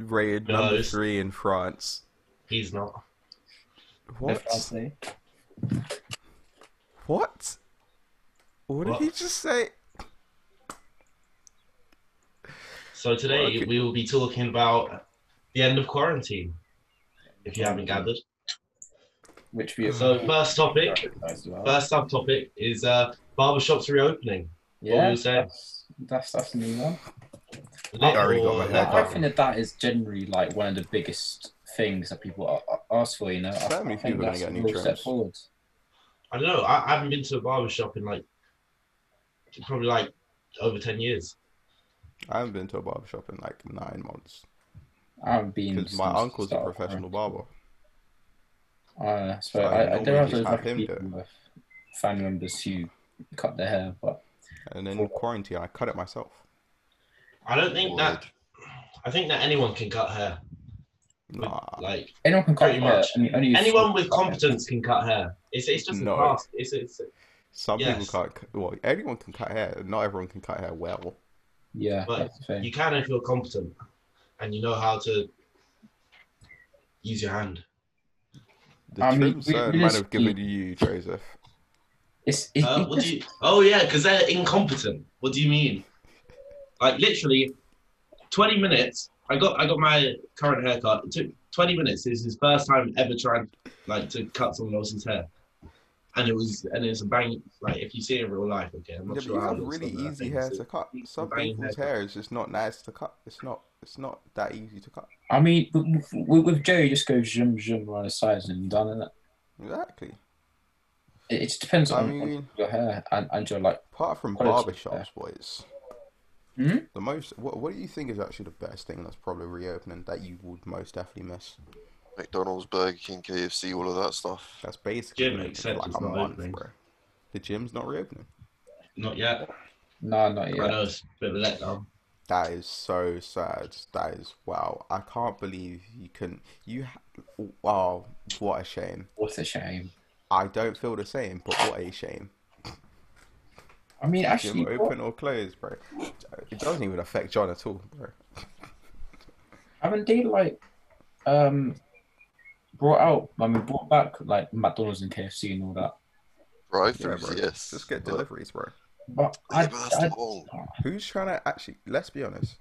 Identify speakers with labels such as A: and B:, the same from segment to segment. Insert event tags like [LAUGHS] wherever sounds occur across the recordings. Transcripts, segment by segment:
A: rated
B: No,
A: number
B: this-
A: three in France.
B: He's not.
A: What?
C: eh?
A: What? What did he
B: What?
A: just say?
B: So today
A: Okay.
B: we will be talking about the end of quarantine. If you haven't gathered.
C: Which we
B: So first topic,
C: as well.
B: Uh, first subtopic is uh, barbershops reopening. what were
C: yeah,
B: you saying?
C: that's, that's that's a new one.
B: Lit
A: already got
B: or
A: my
B: no
A: hair
C: I, I
A: cut.
B: barber-
C: think that that is generally like one of the biggest things that people a- a- ask for. You know, I,
A: So many
C: I think
A: people are gonna
C: that's
A: get
C: a
A: new
C: real step
A: trims.
C: forward.
B: I don't know. I, I haven't been to a barbershop in like probably like over ten years.
A: I haven't been to a barber shop in like nine months
C: I haven't been
A: because
C: since
A: my
C: the
A: uncle's a
C: start of
A: professional
C: quarantine.
A: barber.
C: Uh, so
A: So
C: I, I
A: normally
C: don't have
A: just
C: those
A: have
C: like
A: him
C: people with family members who cut their hair, but
A: And then in quarantine, I cut it myself.
B: I don't think that. I think that anyone can cut hair.
A: Nah,
B: Like
C: anyone can cut
B: Pretty
C: hair.
B: much.
C: I mean, only
B: anyone with competence can cut hair. It's it's just a
A: No.
B: task. It's it's
A: some
B: yes.
A: people can't. c- Well, everyone can cut hair. Not everyone can cut hair well.
C: Yeah,
B: But
C: that's the thing.
B: you can if you're competent and you know how to use your hand.
A: The
C: I mean,
A: trim
C: we-
A: certain
C: we
A: man
C: just
A: have given you, Joseph.
C: It's it,
B: Uh,
C: it
B: what
C: just-
B: do you? Oh yeah, because they're incompetent. What do you mean? Like literally, twenty minutes. I got I got my current haircut. It took twenty minutes. This is his first time ever trying like to cut someone else's hair, and it was and it's a bang. Like if you see it in real life, okay, I'm
A: Yeah,
B: not
A: but
B: sure
A: you
B: how
A: have
B: it looks
A: really
B: on there, I
A: easy
B: think.
A: hair
B: So-
A: to cut. Some
B: bang
A: people's
B: haircut.
A: hair is just not nice to cut. It's not. It's not that easy to cut.
C: I mean, with, with, with Joe, you just go zoom zoom around the sides and done it.
A: Exactly.
C: It, it just depends
A: I
C: on, on
A: mean,
C: your hair and, and your like.
A: apart from
C: Quality
A: barber
C: of
A: shops, boys.
C: Hmm?
A: The most. What, what do you think is actually the best thing that's probably reopening that you would most definitely miss?
D: McDonald's, Burger King, KFC, all of that stuff.
A: That's basically
B: Gym,
A: been
B: et
A: for
B: cetera's
A: like a
B: not
A: month,
B: opening.
A: bro. The gym's not reopening.
B: Not yet.
C: No, not
B: I
C: yet.
B: know it's a bit of a letdown.
A: That is so sad. That is wow. I can't believe you couldn't. You ha- wow. What a shame.
C: What a shame.
A: I don't feel the same, but what a shame.
C: I mean,
A: Gym
C: actually,
A: open or closed, bro. It doesn't even affect John at all, bro.
C: haven't they like um brought out? I mean, brought back like McDonald's and KFC and all that.
D: Drive
A: Yeah,
D: throughs,
A: bro.
D: yes.
A: Just get
D: but-
A: deliveries, bro.
C: But
D: Yeah,
C: I,
D: but that's
C: I,
D: the whole.
A: Who's trying to actually? Let's be honest.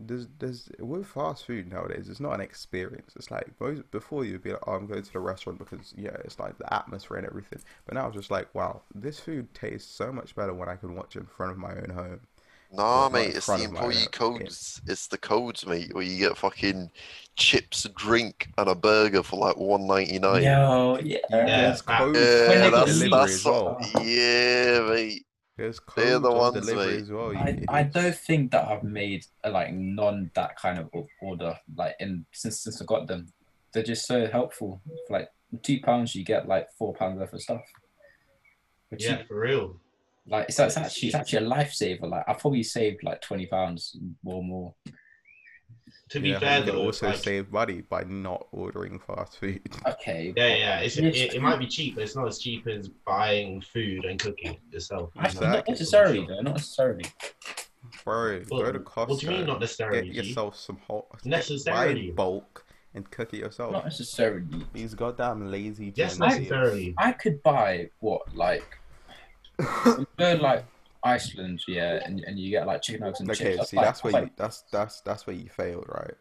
A: There's, there's with fast food nowadays, it's not an experience. It's like those before you'd be like, oh, I'm going to the restaurant because yeah, it's like the atmosphere and everything. But now it's just like, wow, this food tastes so much better when I can watch it in front of my own home. It's right
D: Nah,
A: in
D: mate, it's
A: front
D: the
A: of my
D: employee
A: own- yeah.
D: codes. It's the codes, mate, where you get fucking chips, a drink, and a burger for like one ninety nine. Yeah,
C: yo, Oh, yeah.
B: Yeah.
A: There's codes
C: When they
A: on
C: got
D: that's
A: delivery
D: that's
A: as well.
D: yeah, mate.
A: There's
D: they're
A: codes
D: the
A: on
D: ones,
A: delivery
D: mate.
A: as well. you
C: I,
A: idiots.
C: I don't think that I've made a like non that kind of o- order like in since since I got them. They're just so helpful. For like two pounds, you get like four pounds worth of stuff. But
B: Yeah, for real.
C: like it's, it's actually it's actually a lifesaver. Like I probably saved like twenty pounds or more.
B: To be
A: Yeah,
B: fair,
A: you can
B: though,
A: also
B: like-
A: save money by not ordering fast food. [LAUGHS]
C: Okay.
B: Yeah, yeah. It's,
C: It's
B: it, it might be cheap, but it's not as cheap as buying food and cooking yourself. you know?
C: Actually, not
A: Exactly.
C: necessarily though. Not necessarily.
A: Bro, go to Costco.
B: What do you mean not necessarily?
A: Get
B: G?
A: yourself some hot. Buy
B: Necessarily.
A: in bulk and cook it
B: Oh.
A: yourself.
C: Not necessarily.
A: These goddamn lazy.
B: Yes,
A: Gen Zs.
B: necessarily.
C: I could buy what like
A: [LAUGHS]
C: you go like Iceland, yeah, and, and you get like chicken nuggets and
A: Okay,
C: chips.
A: see,
C: like-
A: that's where
C: like,
A: you that's that's that's where you failed, right?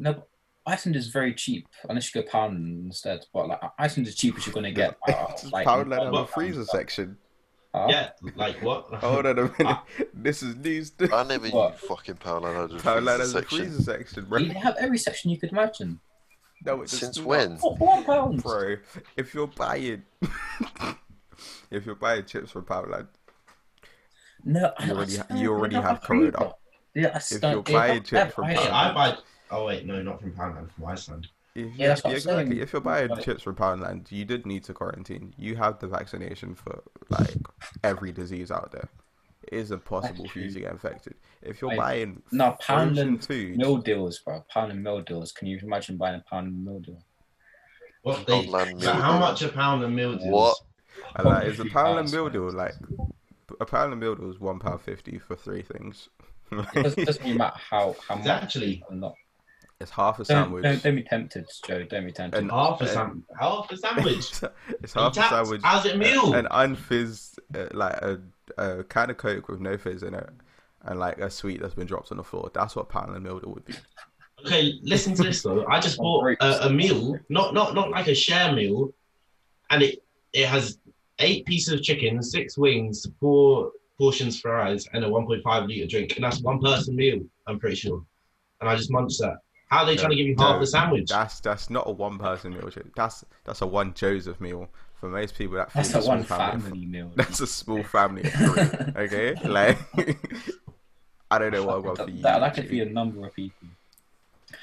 C: No, but Iceland is very cheap unless you go pound instead. But like Iceland is cheap as you're
A: [LAUGHS]
C: gonna get. uh,
A: Just
C: like, um, uh,
A: Poundland have a
B: well,
A: freezer section.
C: Huh?
B: Yeah, like
A: [LAUGHS]
B: what?
A: Hold on a
C: [LAUGHS]
A: minute. this is news. to-
D: I never knew
C: What?
D: fucking pound and hundred
A: Poundland
D: freezer
A: has a
D: section.
A: freezer section, bro. [LAUGHS]
C: You have every section you could imagine.
A: No, it does
D: Since
A: not.
D: when?
C: Oh, for one pound.
A: bro? If you're buying, [LAUGHS] if you're buying chips from Poundland,
C: No,
A: You
C: I- I
A: already- you
C: still don't
A: already
C: know
A: have
C: how to read
A: Corona.
C: that. Yeah, I
A: If
C: don't-
A: you're
C: they
A: buying
C: have
A: chips
C: that
A: from
C: ice-
B: Hey, I buy. Oh wait, no, not from Poundland, from Iceland.
A: if
C: Yeah, that's what I'm
A: exactly.
C: saying.
A: If you're buying
C: Like-
A: chips from Poundland, you did need to quarantine. You have the vaccination for like every disease out there. It is impossible for you
C: true.
A: to get infected. If you're
C: I-
A: buying
C: No, pound
A: frozen
C: and
A: food,
C: meal deals, bro. Pound and meal deals. Can you imagine buying a pound and meal
A: [LAUGHS]
C: deal?
B: What they?
D: Poundland
B: so
D: meal
B: how
D: deal.
B: much a pound of meal deals?
D: What?
A: And like, is a
C: Probably
A: pound and
C: fast,
A: meal
C: right?
A: deal like a pound and meal deal is one pound fifty for three things.
C: It doesn't, doesn't really matter how how much
B: Exactly.
C: or not.
A: [LAUGHS] It's half a
C: Don't,
A: sandwich.
C: don't, don't be tempted, Joe. Don't be tempted.
A: And-
B: Half a
A: Okay.
B: sandwich. Half a sandwich.
A: [LAUGHS] it's half a
B: Intact,
A: sandwich.
B: As a meal.
A: An unfizzed, uh, like a, a can of Coke with no fizz in it, and like a sweet that's been dropped on the floor. That's what Poundland and Milder would be.
B: Okay, listen to this
A: [LAUGHS]
B: though. I just
C: Oh,
B: bought
C: great.
B: a, a meal, not not not like a share meal, and it it has eight pieces of chicken, six wings, four portions of fries, and a 1.5 liter drink, and that's one person meal. I'm pretty sure. And I just munched that. How are they
A: No,
B: trying to give you
A: no,
B: half the sandwich?
A: That's that's not a one person meal. Joe. That's that's a one Joseph meal for most people. That
C: That's the
A: feeds a
C: one
A: small family of-
C: family meal.
A: [LAUGHS]
C: [LAUGHS]
A: That's a small family. of three, okay, like [LAUGHS] I don't know what well for you.
C: that, that could be
A: G.
C: a number of people.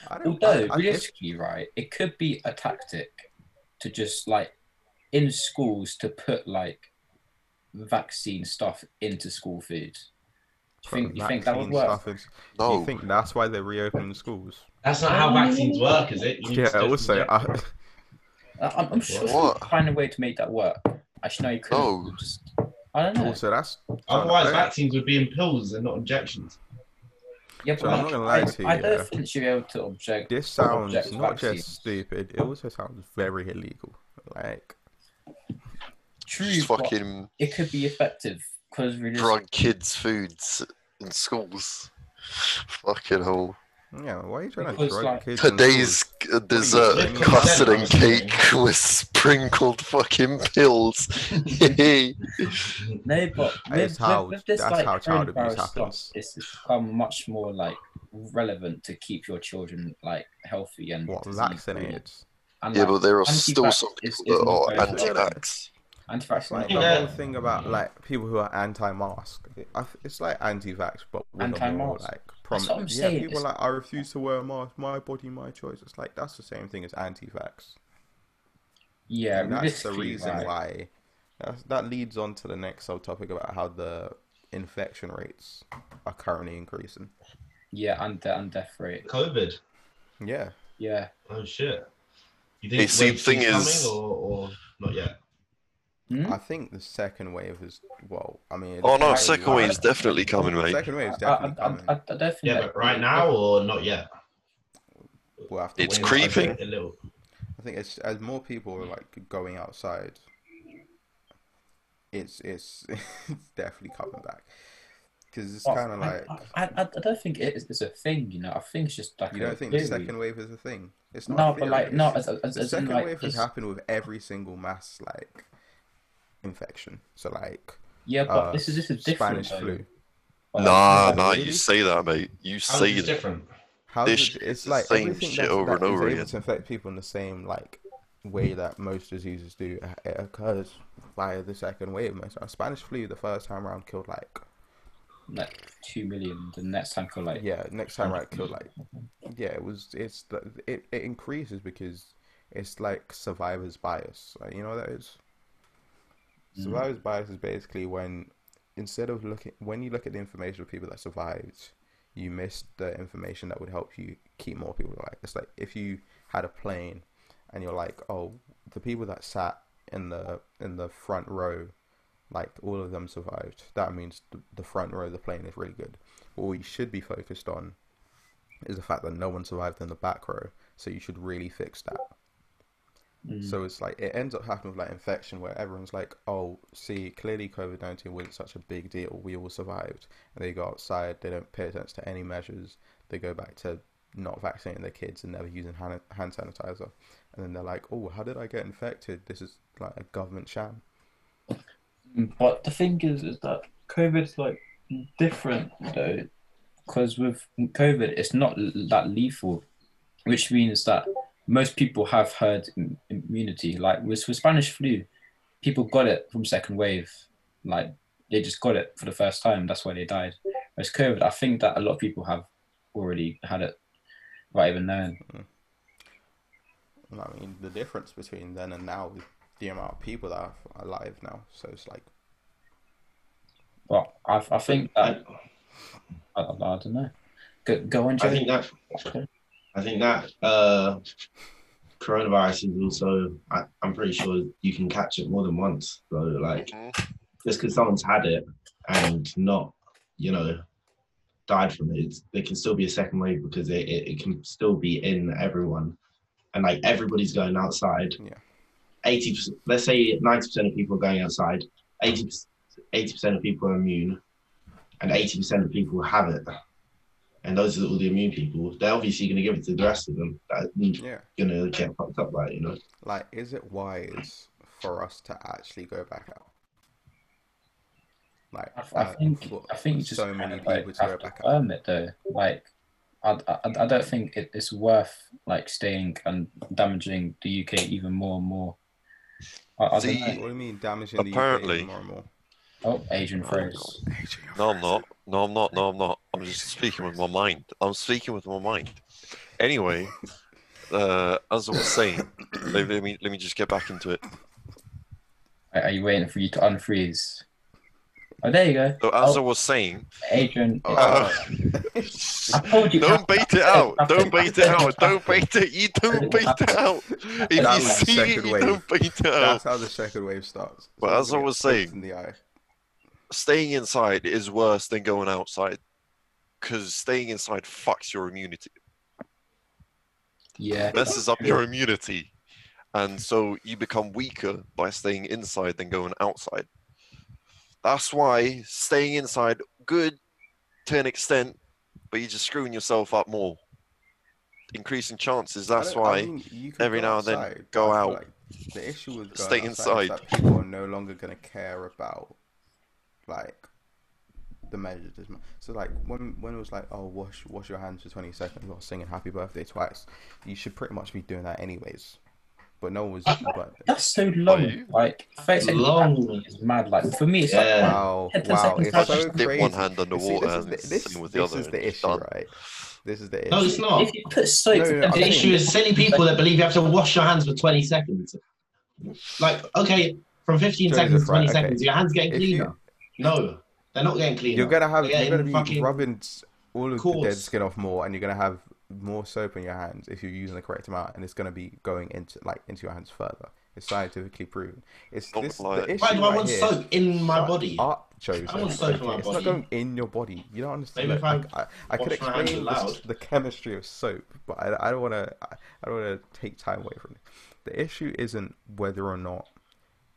A: I don't- I-
C: Although
A: I- if-
C: realistically, right, it could be a tactic to just like in schools to put like vaccine stuff into school food. Do you think you think that would
A: vaccine
C: work?
A: stuff is-
D: No.
A: You think that's why they reopened the schools?
B: That's not how vaccines work, is it? You need
A: Yeah.
B: to-
A: Also, I,
C: [LAUGHS] I- I'm, I'm sure
D: What? Oh.
C: you could find a way to make that work. Actually, no, you couldn't.
D: No.
C: Just- I don't know.
A: also that's
B: otherwise
A: don't-
B: vaccines would be in pills and not injections.
C: Yeah, but
A: so I'm not gonna lie
C: I,
A: to you,
C: I don't
A: yeah.
C: think she'll be able to object.
A: This sounds
C: object
A: not
C: vaccines.
A: just stupid. It also sounds very illegal. Like
C: True,
D: Just
C: but
D: fucking
C: it could be effective because we just
D: drug kids' foods in schools. [LAUGHS] Fucking hell.
A: yeah, why are you trying
C: Because,
A: to drug
C: like,
A: kids? in
D: Today's
A: schools?
D: uh, dessert,
A: doing?
D: custard and
B: Consent, I was
D: cake [LAUGHS] with sprinkled fucking pills. [LAUGHS] Hey,
C: No, but
A: That is
C: with,
A: how-
C: with, with this
A: that's
C: like
A: how child abuse
C: coronavirus
A: happens.
C: stuff, it's it's become much more like relevant to keep your children like healthy and
A: what
C: disease-free.
A: vaccinated?
C: And,
D: yeah,
C: like,
D: but there are still
C: anti-vax
D: some
C: is-
D: people
C: is not
D: that are
C: very
A: anti-vax.
D: anti-vax.
A: That's like
C: anti-vax. Like,
A: the
B: Yeah.
A: whole thing about like people who are anti-mask. I th- It's like anti-vax, but with a more
C: Anti-mask.
A: like
C: That's what I'm
A: prominent. Yeah,
C: saying,
A: people
C: it's-
A: are like I refuse to wear a mask. My body, my choice. It's like that's the same thing as anti-vax.
C: yeah,
A: And that's the
C: realistically,
A: reason
C: right,
A: why. That's, that leads on to the next subtopic about how the infection rates are currently increasing.
C: Yeah, and de- and death rate.
B: COVID.
A: Yeah.
C: Yeah,
B: Oh shit. You
D: Hey, see,
B: wave
D: thing
B: two's
D: is-
B: coming or, or not yet?
C: Hmm?
A: I think the second wave is well. I mean, it
D: Oh no,
A: depends.
D: second wave's definitely coming, mate.
A: Second wave is
C: I, I,
A: definitely
C: I,
A: coming.
C: I, I don't think
B: Yeah,
C: that-
B: but right now or not yet?
A: we'll have to
D: It's
A: wait.
B: Wait,
D: creeping.
B: A little.
A: I think it's as more people are like going outside. It's it's, [LAUGHS] it's definitely coming back because it's
C: Well,
A: kind of like
C: I, I, I I don't think it is it's a thing. You know, I think it's just like
A: you
C: a
A: don't think the
C: theory.
A: second wave is a thing. It's not. a
C: No, but
A: theory,
C: like no,
A: it's-
C: as, as,
A: the
C: as in,
A: second
C: like,
A: wave has
C: it's-
A: happened with every single mass like infection. So like
C: yeah, but
A: uh,
C: this is this is different.
A: Spanish
C: though.
A: flu.
C: But-
D: Nah,
A: no,
D: nah,
A: really?
D: you say that, mate. You
B: How is
D: say
B: this
D: that.
B: different?
A: How
D: This
A: does
D: shit
A: it's
D: is the
A: like
D: same
A: everything
D: shit
A: that's,
D: over
A: that
D: and over
A: is able
D: again.
A: to infect people in the same like way that most diseases do. It occurs via the second wave. Most uh, Spanish flu the first time around killed like
C: like two million. The next time for like
A: yeah. Next
D: Mm.
A: time around killed like yeah. It was it's the- it it increases because it's like survivor's bias. Like, you know what that is. Survivor's bias is basically when instead of looking when you look at the information of people that survived, you miss the information that would help you keep more people alive. It's like if you had a plane and you're like, oh, the people that sat in the in the front row, like all of them survived. That means the, the front row of the plane is really good. But what you should be focused on is the fact that no one survived in the back row. So you should really fix that.
C: Mm.
A: So it's like it ends up happening with like infection where everyone's like, oh, see, clearly COVID 19 wasn't such a big deal. We all survived. And they go outside, they don't pay attention to any measures. They go back to not vaccinating their kids and never using hand, hand sanitizer. And then they're like, oh, how did I get infected? This is like a government sham.
C: But the thing is, is that COVID is like different though, because with COVID, it's not l- that lethal, which means that most people have herd im- immunity. Like with, with Spanish flu, people got it from second wave. Like they just got it for the first time. That's why they died. Whereas COVID, I think that a lot of people have already had it, without even knowing.
A: And I mean, the difference between then and now is the amount of people that are alive now. So it's like,
C: But I, I think
B: I,
C: that I, I don't know. Go, go on,
B: I
C: Joe.
B: think that I think that uh, coronavirus is also. I, I'm pretty sure you can catch it more than once. So like,
D: Mhm.
B: just because someone's had it and not, you know, died from it, it's, there can still be a second wave because it, it, it can still be in everyone, and like everybody's going outside.
A: Yeah.
B: Eighty, let's say ninety percent of people are going outside. 80 percent of people are immune, and eighty percent of people have it. And those are all the immune people. They're obviously going to give it to the rest of them. That are
A: Yeah.
B: going to get fucked up, like you know.
A: Like, is it wise for us to actually go back out? Like,
C: I, I
A: uh,
C: think
A: for
C: I think you just
A: so
C: kind
A: many
C: of, like,
A: people to go
C: have
A: back out.
C: earn it though. Like, I, I, I don't think it, it's worth like staying and damaging the UK even more and more. I, I don't
D: See-
C: know.
A: What do you mean damaging the E
D: Apparently-
A: UK more and more?
C: Oh, Adrian froze.
D: [LAUGHS] No, I'm not. No, I'm not. No, I'm not. I'm just speaking with my mind. I'm speaking with my mind. Anyway, uh, as I was saying, [COUGHS] let, let me let me just get back into it.
C: Are, are you waiting for you to unfreeze? Oh, there you go.
D: So as I
C: Oh,
D: was saying,
C: Adrian.
A: Oh. uh,
C: I told you.
D: don't bait it out. Don't bait it out. Don't bait it. You don't bait it out. If you
A: That's the
D: see it,
A: second
D: you
A: wave.
D: don't bait it
A: That's
D: out. [LAUGHS]
A: how the second wave starts.
D: But
A: Someone's
D: as
A: gonna
D: I
A: get
D: was
A: punched
D: saying-
A: in the eye.
D: Staying inside is worse than going outside, because staying inside fucks your immunity.
C: Yeah.
D: messes up your immunity. And so you become weaker by staying inside than going outside. That's why staying inside good to an extent, but you're just screwing yourself up more. Increasing chances,
A: I
D: that's
A: don't- I
D: why
A: mean, you can
D: every
A: go
D: now and then
A: outside,
D: go
A: but I feel
D: out.
A: like the issue with going
D: Stay
A: outside is that people are no longer going to care about like the measures. as much. So like when when it was like, oh, wash wash your hands for twenty seconds or singing Happy Birthday twice, you should pretty much be doing that anyways. But no one was. But
C: That's so long.
D: you?
C: Like, face it,
B: Long.
C: It's mad. Like for me, it's
B: Yeah.
A: wow,
C: Yeah, 10
A: wow,
C: seconds
A: it's
C: left.
A: so
D: just dip one
A: crazy. You
D: hand
A: see, this
D: underwater
A: is
D: and
A: the, this,
D: sing with the
A: this
D: other.
A: is
D: and
A: the
D: it's
A: issue,
D: done.
A: right? This is the issue.
B: No, it's
C: like
B: not.
C: if you put soap.
A: No, no, no, I'm
B: The
A: saying-
B: issue is silly people that believe you have to wash your hands for 20 seconds. Like, okay, from 15
A: Joseph,
B: seconds to 20
A: right, okay.
B: seconds, your hands getting
A: If you-
B: cleaner. No, they're not getting cleaner.
A: You're gonna have
B: They're
A: you're gonna be
B: getting fucking-
A: rubbing s- all of the dead
B: coarse.
A: skin off more, and you're gonna have more soap in your hands if you're using the correct amount, and it's gonna be going into like into your hands further. It's scientifically proven. It's
D: Don't
A: this
D: lie.
A: the issue
B: Why do I
A: right
B: want
A: here-
B: soap in my
A: Shut
B: body?
A: Up, Joseph.
B: I want soap in my
A: it's not
B: body.
A: going in your body. You don't understand.
B: Maybe
A: Look,
B: if
A: I, I, I could
B: wash my hands
A: explain
B: aloud.
A: the, the chemistry of soap, but I, I don't want to. I, I don't want to take time away from it. The issue isn't whether or not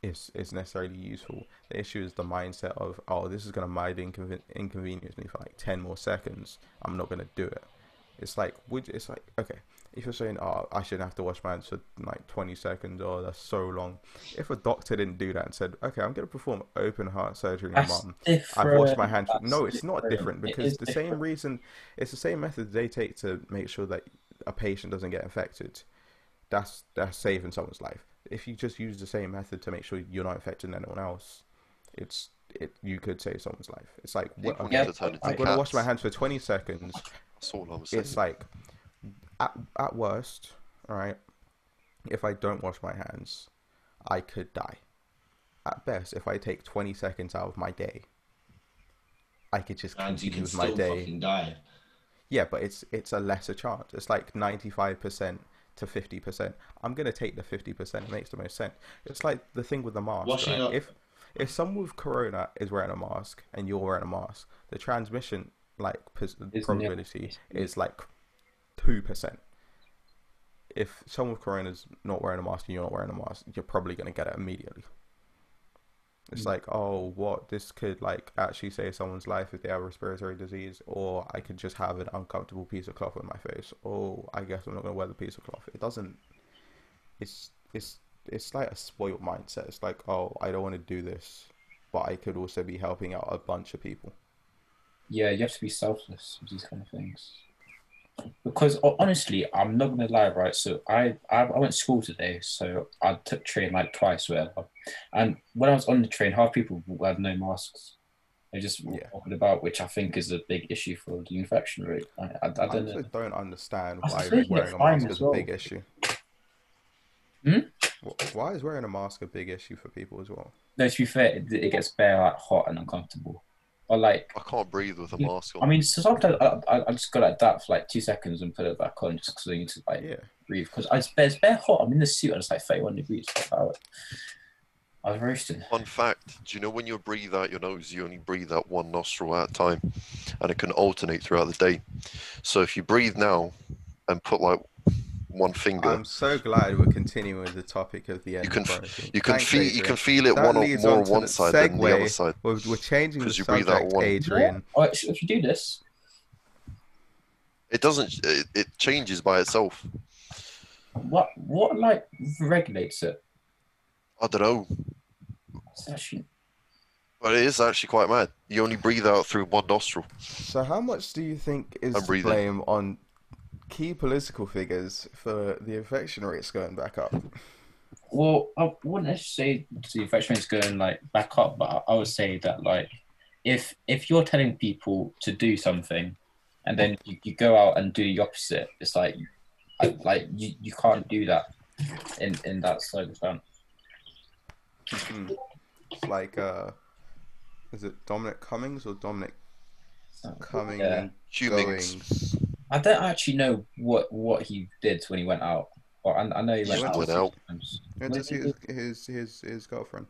A: it's it's necessarily useful. The issue is the mindset of oh, this is going to mind inconven- inconvenience me for like ten more seconds. I'm not going to do it. It's like would it's like okay. If you're saying, "Oh, I shouldn't have to wash my hands for like 20 seconds," or that's so long. If a doctor didn't do that and said, "Okay, I'm going to perform open heart surgery on your
C: That's
A: mum,"
C: different.
A: I've washed my hands.
C: That's
A: No, it's not different
C: It
A: because
C: is
A: the
C: different.
A: same reason, it's the same method they take to make sure that a patient doesn't get infected. That's that's saving someone's life. If you just use the same method to make sure you're not infecting anyone else, it's it you could save someone's life. It's like what,
D: People
A: okay,
D: need to turn into
A: I'm gonna wash my
D: cats.
A: hands for 20 seconds.
D: That's all I'm saying.
A: It's like at at worst, all right. If I don't wash my hands, I could die. At best, if I take 20 seconds out of my day, I could just
B: And you
A: continue
B: can
A: with my
B: still
A: day.
B: fucking die.
A: Yeah, but it's it's a lesser chance. It's like 95% to 50%. I'm going to take the 50%. It makes the most sense. It's like the thing with the mask.
B: Washing
A: right?
B: up-
A: If if someone with corona is wearing a mask and you're wearing a mask, the transmission like pers-
C: nil.
A: probability is like 2%. If someone with corona is not wearing a mask and you're not wearing a mask, you're probably going to get it immediately. It's like, oh, what? This could like actually save someone's life if they have respiratory disease, or I could just have an uncomfortable piece of cloth on my face. Oh, I guess I'm not gonna wear the piece of cloth. It doesn't. It's it's it's like a spoiled mindset. It's like, oh, I don't want to do this, but I could also be helping out a bunch of people.
C: Yeah, you have to be selfless with these kind of things. Because ho- honestly, I'm not gonna lie, right? So I I, I went to school today, so I took train like twice, whatever. And when I was on the train, half people had no masks. They just were
A: Yeah.
C: walking about, which I think is a big issue for the infection rate. I, I, I
A: I,
C: don't
A: also
C: know.
A: don't understand
C: I
A: why
C: think they're
A: wearing a
C: fine
A: mask
C: as
A: is a
C: well.
A: big issue.
C: Hmm?
A: Wh- Why is wearing a mask a big issue for people as well?
C: No, to be fair, it, it gets bare like hot and uncomfortable. But like,
D: I can't breathe with a
C: Yeah,
D: mask on.
C: I mean, so sometimes I, I, I just go like that for like two seconds and put it back on just because I need to like
A: Yeah.
C: breathe because it's bare, it's bare hot. I'm in the suit and it's like 31 degrees. Like, wow. I was roasting.
D: Fun fact: Do you know when you breathe out your nose, you only breathe out one nostril at a time, and it can alternate throughout the day. So if you breathe now and put like one finger,
A: I'm so glad we're continuing with the topic of the end.
D: can f-
A: priority.
D: you can
A: Thanks,
D: feel you
A: Adrian.
D: can feel it
A: That
D: one or
A: leads
D: more
A: on
D: on
A: to
D: one
A: the
D: side than the other
A: segue.
D: side.
A: We're, we're changing the
D: Because you breathe out
A: subject,
D: one.
A: Adrian.
C: Oh, if if you do this,
D: It doesn't. It, it changes by itself.
C: what what like regulates it?
D: I don't know,
C: It's actually
D: but it is actually quite mad. You only breathe out through one nostril.
A: So, how much do you think is
D: I'm
A: to
D: breathing.
A: blame on key political figures for the infection rates going back up?
C: Well, I wouldn't say the infection rate's going like back up, but I I would say that like if if you're telling people to do something and then you, you go out and do the opposite, it's like I- like you, you can't do that in in that circumstance.
A: Hmm. It's like, uh, is it Dominic Cummings or Dominic Cummings?
C: Yeah.
A: and
D: Humans.
A: Goings?
C: I don't actually know what what he did when he went out. Or I, I know he
D: He
C: went
D: went
C: out.
D: out.
C: sometimes.
A: Yeah,
C: What
A: just
C: did he
A: his, his his his girlfriend.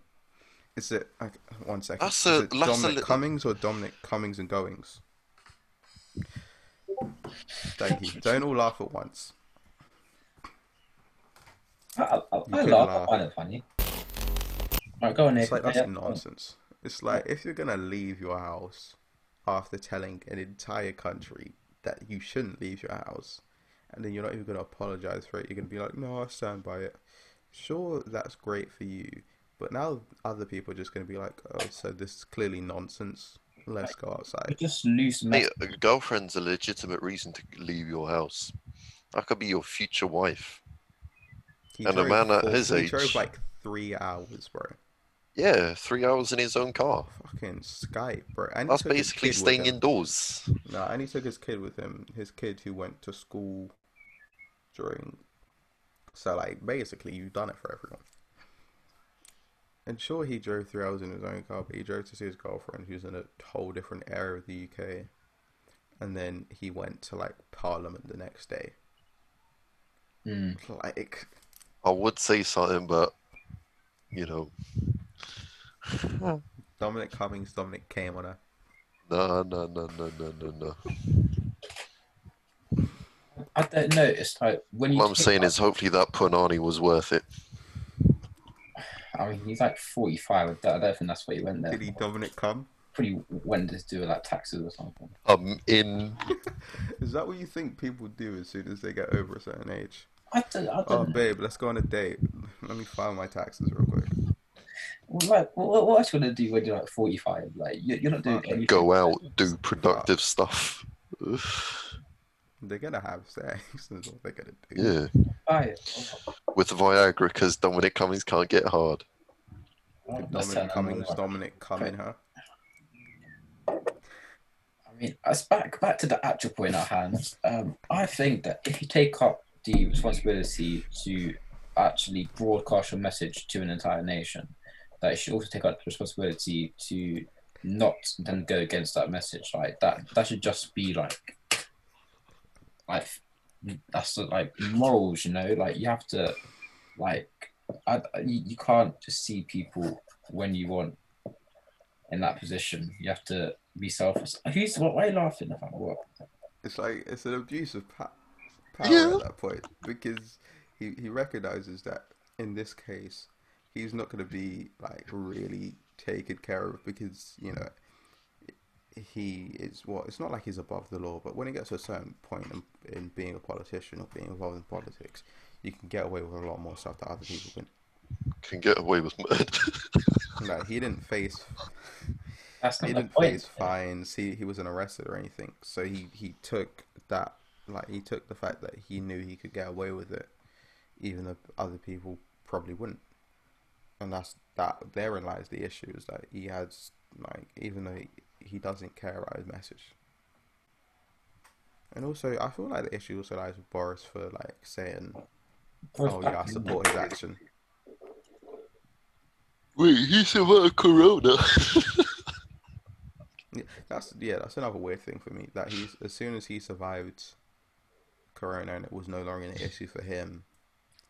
A: Is it like, one second?
D: That's
A: Is
D: a-
A: it
D: that's a
A: Dominic
D: little-
A: Cummings or Dominic Cummings and Goings? Thank you. Don't all laugh at once.
C: I, I, I, I
A: can
C: laugh.
A: laugh.
C: I find it funny. Right, go on.
A: It's like
C: Nathan.
A: that's
C: Yeah.
A: nonsense. It's like if you're gonna leave your house after telling an entire country that you shouldn't leave your house, and then you're not even gonna apologize for it. You're gonna be like, no, I stand by it. Sure, that's great for you, but now other people are just gonna be like, oh, so this is clearly nonsense. Let's go outside.
C: You just lose.
D: Mate, a girlfriend's a legitimate reason to leave your house. That could be your future wife.
A: He
D: And a
A: drove
D: man at
A: for-
D: his
A: he drove
D: age-
A: like three hours, bro.
D: Yeah, three hours in his own car.
A: Fucking Skype, bro. And he
D: That's
A: took his
D: basically
A: kid with
D: staying
A: him.
D: indoors.
A: No, and he took his kid with him. His kid who went to school during. So like, basically, you've done it for everyone. And sure, he drove three hours in his own car, but he drove to see his girlfriend, who's in a whole different area of the UK. And then he went to like Parliament the next day. [LAUGHS]
C: Mm.
A: Like,
D: I would say something, but you know,
A: Dominic Cummings, Dominic came on her.
D: no, no, no, no, no, no, no.
C: I don't know. It's like when you.
D: What I'm
C: take
D: saying
C: that-
D: is, hopefully that punani was worth it.
C: I mean, he's like 45. I don't, I don't think that's what he went there.
A: Did he Dominic come?
C: Pretty went to do like taxes or something.
D: Um, in
A: Is that what you think people do as soon as they get over a certain age?
C: I don't. I don't
A: Oh,
C: know.
A: babe, let's go on a date. Let me file my taxes real quick.
C: Well, like, what, what else you gonna do when you're like 45? Like, you, you're not doing
A: Fuck.
C: anything.
D: go out, do productive stuff. [SIGHS] Ugh,
A: They're gonna have sex. [LAUGHS] Is what they're gonna do.
D: Yeah,
C: Bye.
D: with Viagra, because Dominic Cummings can't get hard.
C: Oh,
A: Did
C: that's
A: Dominic
C: turning
A: Cummings,
C: on.
A: Dominic Cumming, huh?
C: I mean, as back back to the actual point at hand. Um, I think that if you take up the responsibility to actually broadcast your message to an entire nation, that you should also take up the responsibility to not then go against that message. Like that, that should just be like, like that's the, like morals. You know, like you have to, like, I, I- you you can't just see people when you want in that position. You have to be selfish. Who's what? Why are you laughing about what?
A: It's like it's an abuse of pa- power
D: Yeah.
A: at that point because he he recognizes that in this case he's not gonna be like really taken care of because you know he is well, it's not like he's above the law, but when it gets to a certain point in, in being a politician or being involved in politics, you can get away with a lot more stuff that other people can.
D: Can get away with murder. [LAUGHS]
A: No, he didn't face
C: That's not
A: he
C: the
A: didn't
C: point.
A: face fines. He he wasn't arrested or anything. So he he took that like he took the fact that he knew he could get away with it, even if other people probably wouldn't. And that's that. Therein lies the issue. Is that he has like even though he, he doesn't care about his message. And also, I feel like the issue also lies with Boris for like saying, "Oh yeah, I support his action."
D: Wait, he survived Corona. [LAUGHS]
A: Yeah, that's yeah, that's another weird thing for me. That he's as soon as he survived Corona and it was no longer an issue for him.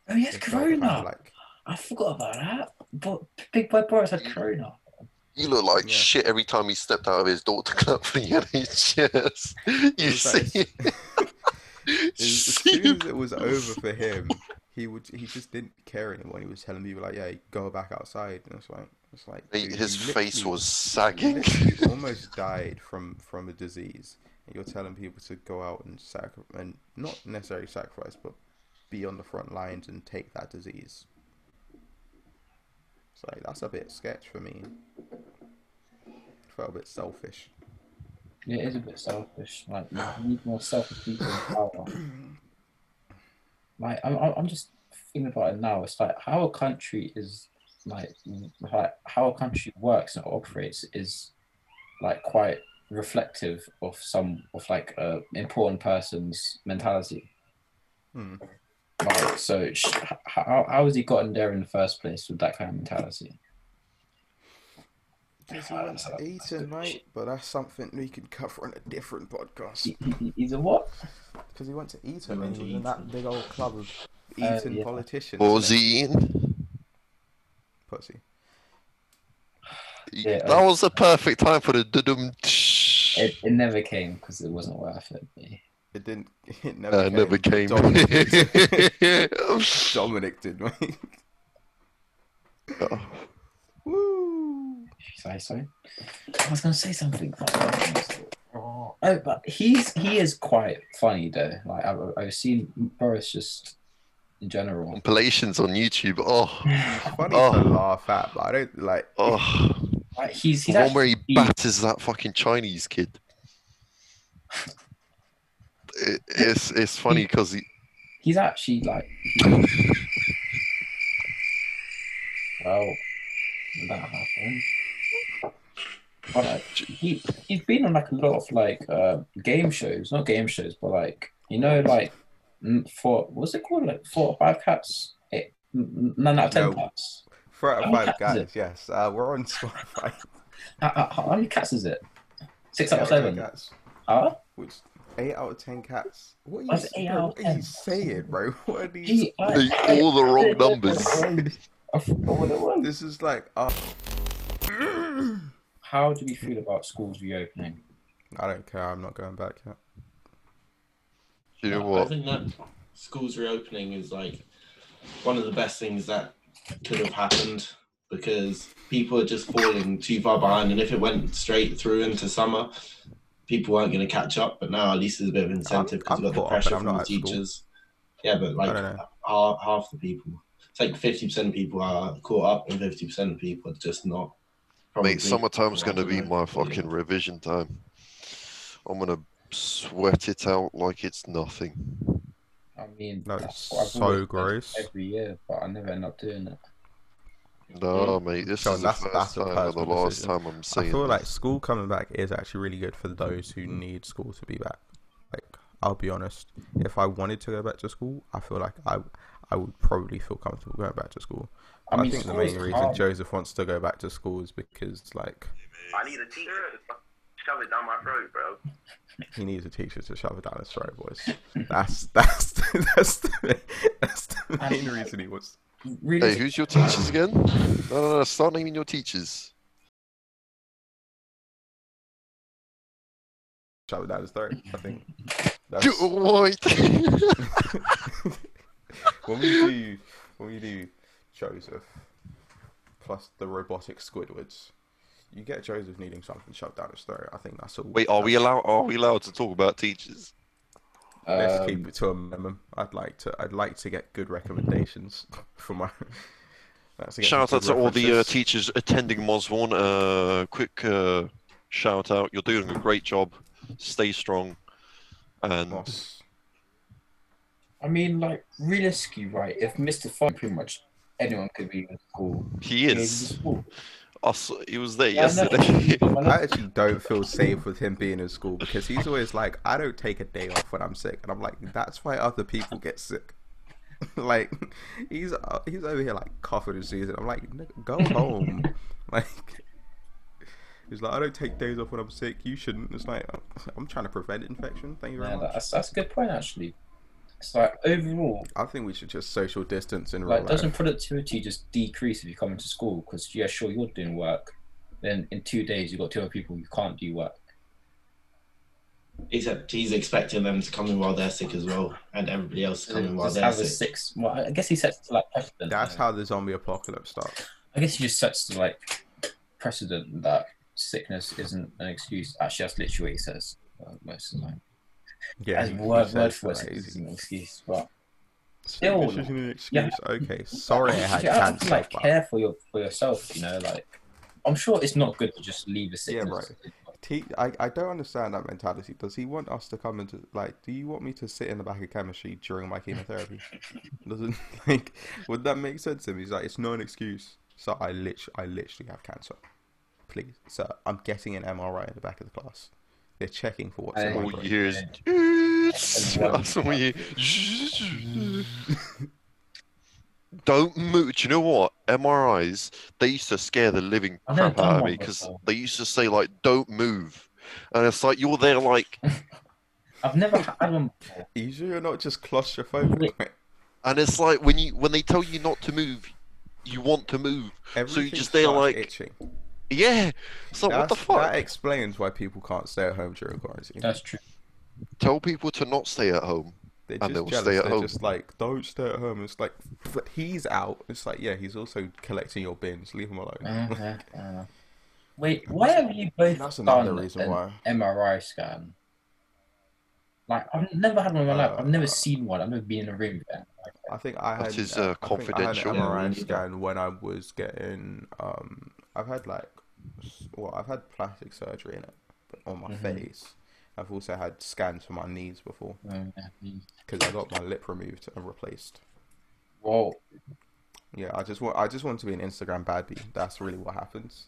C: Oh, he had
A: it's now become,
C: Corona.
A: Like,
C: I forgot about that. But Big Boy Boris had Corona.
D: You look like
A: Yeah.
D: shit every time he stepped out of his door [LAUGHS] to clap for the NHS. You
A: It's like- [LAUGHS]
D: see, [LAUGHS]
A: As as
D: see
A: soon as it was over for him, he would he just didn't care anymore. He was telling people like, "Yeah, go back outside," and it's like it's like dude,
D: his
A: you
D: face
A: literally-
D: was
A: you [LAUGHS]
D: sagging. [LAUGHS]
A: literally almost died from from a disease. And you're telling people to go out and sacri- and not necessarily sacrifice, but be on the front lines and take that disease. It's like that's a bit sketch for me. Felt a bit selfish. [CLEARS THROAT]
C: Yeah, it is a bit selfish. Like you need more selfish people in power.
A: Hmm.
C: Like I'm, I'm I'm just thinking about it now. It's like how a country is like like how a country works and operates is like quite reflective of some of like a important person's mentality.
A: Hmm.
C: Like so, sh- h- how how has he gotten there in the first place with that kind of mentality?
A: Because he wants to eat and mate, but that's something we can cover on a different podcast.
C: He, he- he's a what?
A: Because he went to
C: He
A: Eton and
C: went
A: he
C: to
A: was in that big old club of
C: Uh,
A: Eton
C: yeah.
A: politicians.
D: Was
A: innit?
D: he in?
A: Pussy.
C: Yeah,
D: that
C: uh,
D: was the perfect time for the dudum. tsh. [LAUGHS]
C: It, it never came because it wasn't worth it.
A: It didn't. [LAUGHS] It never,
D: Uh,
A: came.
D: never came.
A: Dominic did.
D: Oh.
A: Dominic did, mate. Woo!
C: say so. I was gonna say something. Oh, but he's he is quite funny though. Like I've, I've seen Boris just in
D: [LAUGHS]
C: general.
D: [LAUGHS] Compilations on YouTube. Oh,
A: Funny
D: Oh.
A: to laugh at, but I don't like.
D: oh.
C: Like, he's he's
D: The one
C: actually,
D: where he batters that fucking Chinese kid.
A: [LAUGHS]
D: It, it's it's funny because he.
C: he's actually like. well, that happened. But like, he he's been on like a lot of like uh, game shows, not game shows, but like you know like mm, four what's it called like four or five cats, eight, n- n- nine out of ten
A: No.
C: cats.
A: Four out of
C: Oh,
A: five
C: that's
A: guys.
C: it.
A: Yes, uh, we're on Spotify.
C: How, how, how many cats is it? Six out
A: Eight out
C: of
A: of ten
C: seven.
A: Cats,
C: Huh?
A: which eight out of ten cats. What are you,
C: That's eight
A: bro,
C: out of
A: what are you
C: 10.
A: saying, bro? [LAUGHS] What are you?
C: Gee, I-
D: They- all the
C: [LAUGHS]
D: wrong
C: I-
D: numbers.
C: I forgot what it was.
A: This is like. Uh, I
C: How do we feel about schools reopening?
A: don't care. I'm not going back yet.
D: You know
B: I
D: what?
B: think that schools reopening is like one of the best things that could have happened because people are just falling too far behind. And if it went straight through into summer, people weren't going to catch up. But now at least there's a bit of incentive because
A: I'm
B: we've
A: caught
B: got the
A: up,
B: pressure
A: but I'm
B: from the
A: not at school.
B: teachers. Yeah, but
A: I
B: like
A: don't know.
B: half, half the people, it's like 50% of people are caught up and 50% of people are just not.
D: Mate, summertime's
B: Well,
D: going to be
B: yeah.
D: my fucking revision time. I'm going to sweat it out like it's nothing.
C: I mean,
A: No,
C: that's
A: it's
C: what I've
A: so
C: always done
A: gross.
C: Every year, but I never end up doing it.
D: No, mate, this
A: John,
D: is the
A: that's-
D: first
A: that's a
D: time and the
A: personal
D: last
A: decision.
D: time I'm
A: I
D: saying
A: feel
D: this.
A: like school coming back is actually really good for those
C: Mm-hmm.
A: who need school to be back. Like, I'll be honest, if I wanted to go back to school, I feel like I I would probably feel comfortable going back to school.
C: I
A: I,
C: mean,
A: think the
C: schools
A: main reason
C: can't-
A: Joseph wants to go back to school is because like
E: I need a teacher to fuck- shove it down my throat, bro.
A: he needs a teacher to shove it down his throat, boys.
C: [LAUGHS]
A: That's that's [LAUGHS] that's the, that's the
C: I
A: main
C: mean,
A: reason he was.
C: Really,
D: Hey, who's your teachers again? No, no, no, start naming your teachers.
A: Shove it down his throat. I think. That's,
D: Dude, [LAUGHS] White!
A: when we do when we do Joseph plus the robotic Squidwards, you get Joseph needing something shoved down his throat. I think that's all.
D: Wait, are we allowed? Are we allowed to talk about teachers?
A: Let's
C: Um,
A: keep it to a minimum. I'd like to. I'd like to get good recommendations [LAUGHS] for my. That's to get some
D: Shout out
A: good
D: to all the uh,
A: references.
D: teachers attending Moswarn. Uh, quick uh, shout out! You're doing a great job. Stay strong. And
A: Moss.
C: I mean, like realistically, right? If Mister Fun, pretty much anyone could be in school.
D: he
C: He was
D: is.
C: in school.
D: Us. He was there
C: Yeah, I know. [LAUGHS]
D: yesterday. [LAUGHS]
A: I actually don't feel safe with him being in school because he's always like, I don't take a day off when I'm sick, and I'm like, that's why other people get sick. [LAUGHS] like, he's he's over here like coughing and sneezing. I'm like, "Nigga, [LAUGHS] go home. like, he's like, I don't take days off when I'm sick. You shouldn't. It's like, I'm trying to prevent infection. Thank you very
C: Yeah,
A: much.
C: that's, that's a good point actually. So like, overall,
A: I think we should just social distance in real
C: like
A: life.
C: doesn't productivity just decrease if you come into school? Because yeah, sure you're doing work, then in two days you've got two other people who can't do work.
B: Except he's expecting them to come in while they're sick as well, and everybody else to come in while
C: Just
B: they're
C: have a
B: sick.
C: six. Well, I guess he sets to like precedent.
A: That's how the zombie apocalypse starts.
C: I guess he just sets to like precedent that sickness isn't an excuse. Actually, that's literally what he says uh, most of the time.
A: Yeah,
C: As
A: he- he
C: word,
A: says
C: word for word,
A: that,
C: sickness
A: he's-
C: isn't an excuse, but
A: Still, this
C: Still-
A: isn't an
C: Yeah.
A: excuse. Okay, sorry I
C: You
A: had
C: should have to,
A: cancer.
C: like
A: but
C: care for your for yourself. You know, like I'm sure it's not good to just leave a sickness.
A: T- I, I don't understand that mentality. Does he want us to come into like? Do you want me to sit in the back of chemistry during my chemotherapy? Doesn't [LAUGHS] like would that make sense to him? He's like, it's not an excuse. So I lit- I literally have cancer. Please, sir, I'm getting an MRI in the back of the class. They're checking for what's in
C: I-
A: my
D: All
A: brain.
D: years. That's all you. Don't move. Do you know what? MRIs, they used to scare the living
C: I've never
D: crap out
C: done
D: of
C: one
D: me because
C: before.
D: they used to say, like, don't move. And it's like, you're there, like,
C: I've never had one before.
A: Are you sure you're not just claustrophobic? mate?
D: and it's like when you when they tell you not to move, you want to move.
A: Everything
D: just there,
A: starts
D: like,
A: itching.
D: Yeah. So what the
A: That's-
D: fuck?
A: That explains why people can't stay at home during quarantine. [LAUGHS]
C: That's true.
D: Tell people to not stay at home.
A: They're just
D: And they'll
A: jealous.
D: stay at
A: They're
D: home.
A: just like, don't stay at home. It's like, but he's out. It's like, yeah, he's also collecting your bins. Leave him alone. [LAUGHS]
C: Uh-huh, uh. Wait, why have you both
A: That's
C: done
A: another reason
C: an
A: why.
C: MRI scan? Like I've never had one in my life. I've never
A: Uh,
C: seen one. I've never been in a room. with it.
A: I think I
D: That
A: had
D: is,
A: uh, I think I
D: uh,
A: had an
D: confidential.
A: MRI
B: Yeah.
A: scan when I was getting. Um, I've had like, s- well, I've had plastic surgery in it, but on my
C: Mhm.
A: face. I've also had scans for my knees before
C: Um, yeah.
A: because I got my lip removed and replaced.
C: Well,
A: Yeah, I just want I just want to be an Instagram baddie. That's really what happens.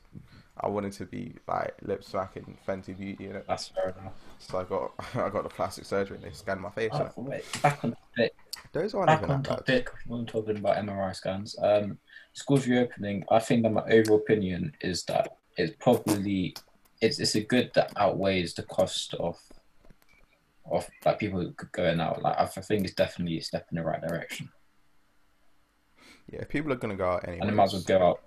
A: I wanted to be like lip smacking Fenty Beauty in it.
C: that's fair enough.
A: So I got [LAUGHS] I got the plastic surgery and they scanned my face.
C: Oh, wait, back on topic.
A: Those aren't
C: back
A: even
C: on
A: that bad.
C: topic when we're talking about MRI scans, um, schools reopening, I think that my overall opinion is that it's probably it's it's a good that outweighs the cost of of like people going out. Like I think it's definitely a step in the right direction,
A: Yeah, people are gonna go out
C: and they might as well
A: anyways.
C: go out.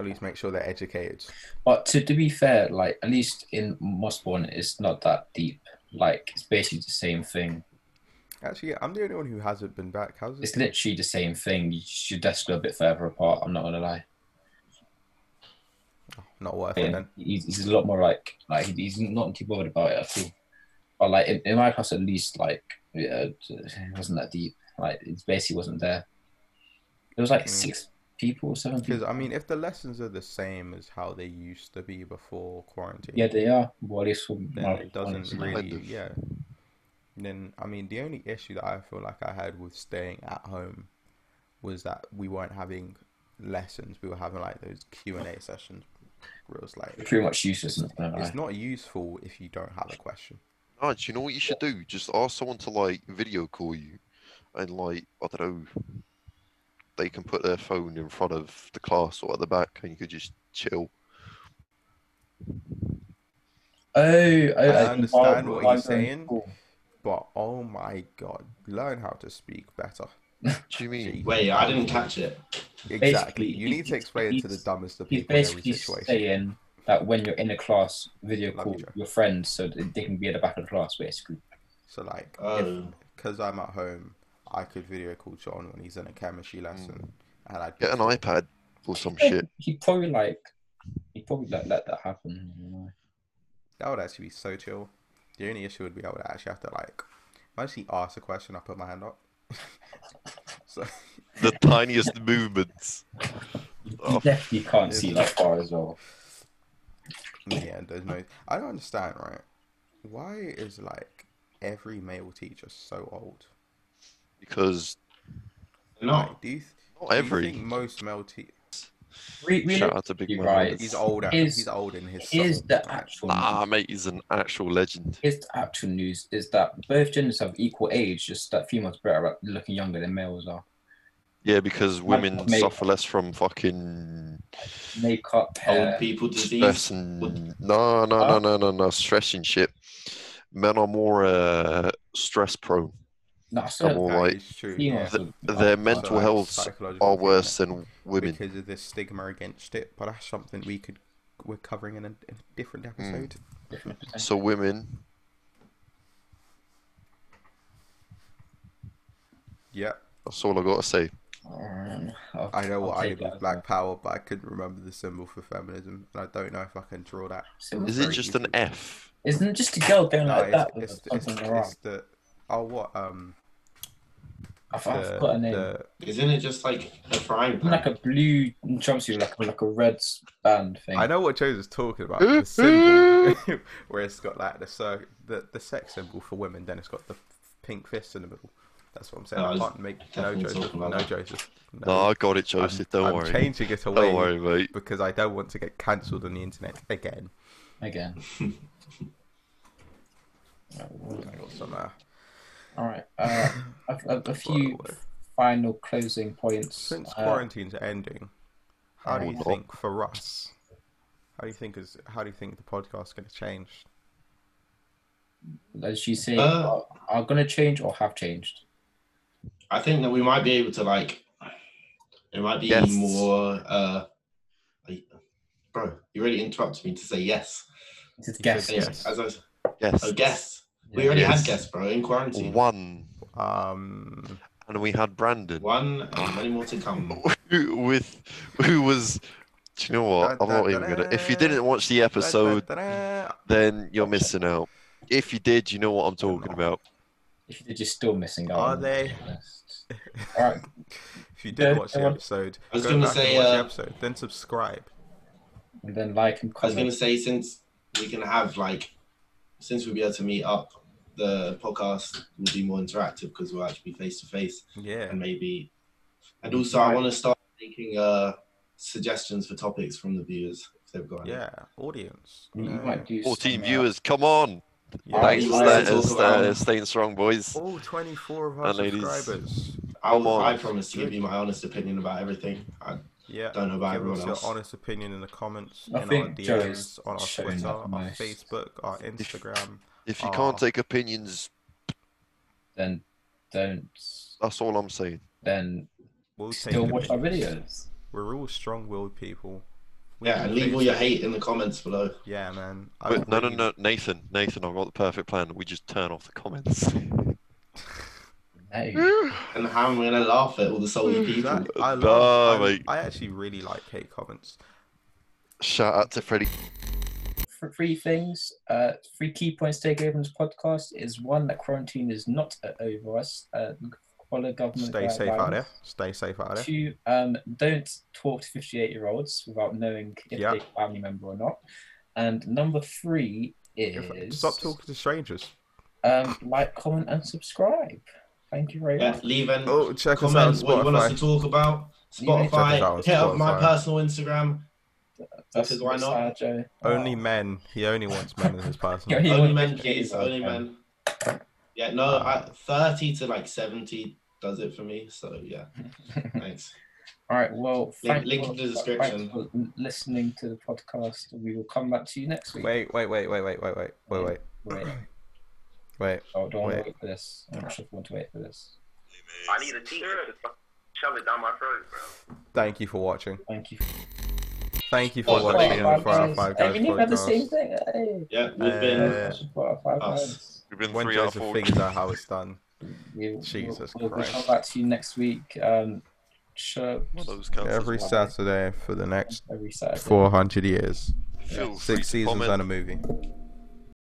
A: At least make sure they're educated.
C: But to to be fair, like at least in Mossbourne, it's not that deep. Like it's basically the same thing.
A: Actually, yeah, I'm the only one who hasn't been back. How's
C: It's
A: it?
C: literally the same thing. You should desk a bit further apart. I'm not gonna lie.
A: Not worth it
C: Yeah,
A: then.
C: he's, he's a lot more like like he- he's not too bothered about it at all. But like in, in my class, at least like yeah, it wasn't that deep. Like it basically wasn't there. There was like
A: Mm.
C: six people or seven
A: Because
C: people.
A: I mean, if the lessons are the same as how they used to be before quarantine,
C: yeah, they are. Well, this
A: then it doesn't
D: Kind
A: really,
D: of.
A: yeah. Then I mean, the only issue that I feel like I had with staying at home was that we weren't having lessons. We were having like those Q and A sessions. Where it was like,
C: pretty much useless. I'm not gonna
A: it's
C: lie.
A: not useful if you don't have a question.
D: No, do you know what you should do? Just ask someone to like video call you, and like I don't know, they can put their phone in front of the class or at the back, and you could just chill.
C: Oh, oh,
A: I
C: as in
A: understand
C: while-
A: what
C: while
A: he's
C: you're in
A: saying.
C: school.
A: But oh my god, learn how to speak better.
D: What do you mean?
A: Gee,
B: Wait, I didn't catch it.
A: Exactly. You
C: he-
A: need to explain it to the
C: he's-
A: dumbest of
C: He's
A: people in every
C: basically
A: situation.
C: saying that when you're in a class, video
A: Love
C: call
A: you, Joe.
C: your friends so that they can be at the back of the class, basically.
A: So like,
C: Uh,
B: Oh.
A: because I'm at home, I could video call John when he's in a
C: Mm.
A: chemistry lesson, and I'd be
D: Get an iPad or some
C: Yeah,
D: shit.
C: He probably like he probably like let that happen. you know.
A: That would actually be so chill. The only issue would be I would actually have to like, if I actually ask a question, I put my hand up. [LAUGHS] so
D: The tiniest movements.
C: You
D: Oh,
C: definitely can't
A: yeah.
C: see that far as well.
A: yeah, there's no. I don't understand, right? Why is like every male teacher so old?
D: because
B: No,
A: Like, do you, th-
D: not
A: do you
D: every.
A: think most male teachers?
C: Re- really,
D: Shout out to Big
C: you're
D: Man.
C: right.
A: He's old. At,
C: Is-
A: he's old in his.
C: here's
A: soul.
C: the
A: Like,
C: actual
D: Ah, mate, he's an actual legend.
C: here's the actual news is that both genders have equal age, just that females are better at looking younger than males are.
D: Yeah, because women
C: mate.
D: suffer less from fucking
C: Makeup,
B: old
D: uh,
C: hair,
B: people disease.
D: stress and no, no, no, no, no, no, stress and shit. Men are more uh, stress prone.
C: No, I swear.
D: Or,
A: That
D: like,
A: is true.
C: females
D: th-
C: are-
D: their mental
A: like,
D: healths
A: psychological
D: Are
A: thing,
D: worse than women.
A: because of the stigma against it. But that's something we could we're covering in a, in a different
D: Hmm.
A: episode. [LAUGHS]
C: different percent.
D: So women,
A: Yeah,
D: that's all I gotta say.
C: Um, I'll-
A: I know
C: I'll
A: what I
C: take
A: did with
C: that.
A: Black Power, but I couldn't remember the symbol for feminism, and I don't know if I can draw that.
C: So
D: Is it just an F?
C: Isn't it just a girl going like
A: no,
C: that with
A: it's, it's,
C: something
A: it's,
C: wrong?
A: it's the oh what um
C: I've,
A: the-
C: I've got a name.
A: the-
B: Isn't it just like a frying pan?
C: like a blue jumpsuit, like like a red band thing.
A: I know what Joe's is talking about. the
D: [LAUGHS]
A: symbol [LAUGHS] where it's got like the so the the sex symbol for women, then it's got the pink fist in the middle. That's what I'm saying.
B: No, I
A: I
B: was
A: can't make no
B: definitely
A: Joseph.
B: talking about
A: No
B: that.
A: Joseph. No,
D: No, I got it,
A: I'm-
D: Joseph. don't
A: I'm
D: worry.
A: changing it away
D: Don't worry, mate.
A: because I don't want to get cancelled on the internet again. [LAUGHS]
C: Again.
A: I got some, uh,
C: All right. Uh, a, a, a few
A: Well,
C: final closing points.
A: since
C: Uh,
A: quarantine's ending, how do
D: Or
A: you
D: not.
A: think for us? How do you think is how do you think the podcast's going to change?
C: as you say,
B: Uh,
C: are, are going to change or have changed.
B: I think that we might be able to like. It might be
D: Yes.
B: more. uh like- Bro, you really interrupted me to say yes.
C: It's
A: said
C: guess.
A: yes.
B: As I was,
D: Yes.
B: oh, guess. We already
D: Yes.
B: had guests, bro, in quarantine.
D: One,
A: Um,
D: and we had Brandon,
B: One and many more to
D: [LAUGHS]
B: come.
D: who with who was. Do you know what? I'm not even gonna. If you didn't watch the episode,
A: da-da-da-da.
D: then you're missing out. If you did, you know what I'm talking about.
C: If you're just still missing out.
A: Are
C: on
A: they?
C: the list.
A: Uh,
C: All right.
A: If you did
C: Yeah,
A: watch
C: I
A: the
C: want-
A: episode,
B: I was
A: go
B: gonna
A: back and
B: say,
A: watch the
B: uh,
A: episode, then subscribe.
C: And then like and
B: I was going
C: comment.
B: to say, since we can have like, since we'll be able to meet up, the podcast will be more interactive because we'll actually be face to face
A: Yeah,
B: and maybe. And also, I want to start taking uh, suggestions for topics from the viewers if they've got any.
A: yeah, audience.
C: You
A: No.
C: might do
D: 14
C: some, uh,
D: viewers, come on!
A: Yeah.
D: Thanks for
B: you guys
D: staying-
B: talk about-
D: staying- staying strong, boys.
A: All 24 of our
D: And ladies.
A: subscribers.
D: Come
B: I'll,
D: on.
B: I promise to give you my honest opinion about everything. I
A: Yeah.
B: don't know
A: Give
B: about
A: us
B: everyone
A: your
B: else.
A: honest opinion in the comments,
C: I
A: in our
C: think Joe
A: DMs,
C: is
A: on our
C: showing
A: Twitter,
C: up
A: our
C: most.
A: Facebook, our Instagram.
D: If you
A: Aw.
D: can't take opinions,
C: Then don't.
D: that's all I'm saying.
C: Then
A: We'll take
C: still
A: the
C: watch our
A: opinions.
C: videos.
A: We're all strong-willed people. We
B: Yeah,
A: can
B: and leave
A: fix
B: all your
A: it.
B: hate in the comments below.
A: Yeah, man. I
D: But no, no,
A: really-
D: no, Nathan, Nathan, I've got the perfect plan. We just turn off the comments. [LAUGHS]
C: No.
B: And how I'm going to laugh at all the
A: Mm,
B: salty people.
A: That- I,
D: Nah,
A: love, I,
D: mate.
A: I actually really like hate comments.
D: Shout out to Freddie.
C: Th- Three things. Uh, three key points taken away from this podcast is one that quarantine is not uh, over us. Uh, follow government
A: Stay safe out
C: guidelines.
A: there. Stay safe out there.
C: Two, um, don't talk to 58 year olds without knowing if
A: Yeah.
C: they're a family member or not. And number three
A: If-
C: is
A: Stop talking to strangers.
C: Um, like, comment, and subscribe. Thank you very
B: Yeah,
C: much.
B: leave and
A: Oh, check us out on
B: comment what you want us to
A: Spotify.
B: talk about.
C: You can
A: check us out on
B: Spotify. Hit up my
A: Spotify.
B: personal Instagram.
C: That's
B: because why
C: that's
B: not?
C: our Joe.
A: Only men. He only wants men in his
C: Yeah,
A: personal.
C: he
B: only
C: won't
B: men,
C: get
B: please.
C: his own
B: Only
C: account.
B: men. Yeah, no, I, 30 to like 70 does it for me. So,
C: [LAUGHS]
B: yeah, thanks.
C: All right. Well,
B: Link-
C: thank
B: link
C: you
B: in the
C: all-
B: description.
C: thanks for listening to the podcast. We will come back to you next week.
A: Wait, wait, wait, wait, wait, wait, wait, wait, wait,
C: Wait.
A: wait.
C: Oh, don't
A: Wait.
C: want to wait for this. I'm not sure if I want to wait for this.
E: I need a teacher to fucking shove it down my throat, bro.
A: Thank you for watching.
C: Thank you.
A: Thank you for
B: Oh,
A: watching
B: thank you.
A: the Four Out of Five
C: Hey,
A: Guys
C: we never had the same
A: podcast.
C: thing. Hey.
B: Yeah, we've
A: Uh,
B: been.
C: Four out of five
B: us.
C: guys.
D: We've been
A: When
D: three out of
A: Joseph
D: four.
A: figures out how it's
D: [LAUGHS]
A: done.
C: We- we'll-
A: Jesus
C: we'll,
A: Christ.
C: We'll come back to you next week. Um, sure.
D: Those counts as
A: Every
D: one.
A: Saturday for the next
C: Every Saturday.
A: 400 years.
D: Feel free
A: Six
D: to
A: seasons
D: comment.
A: and a movie.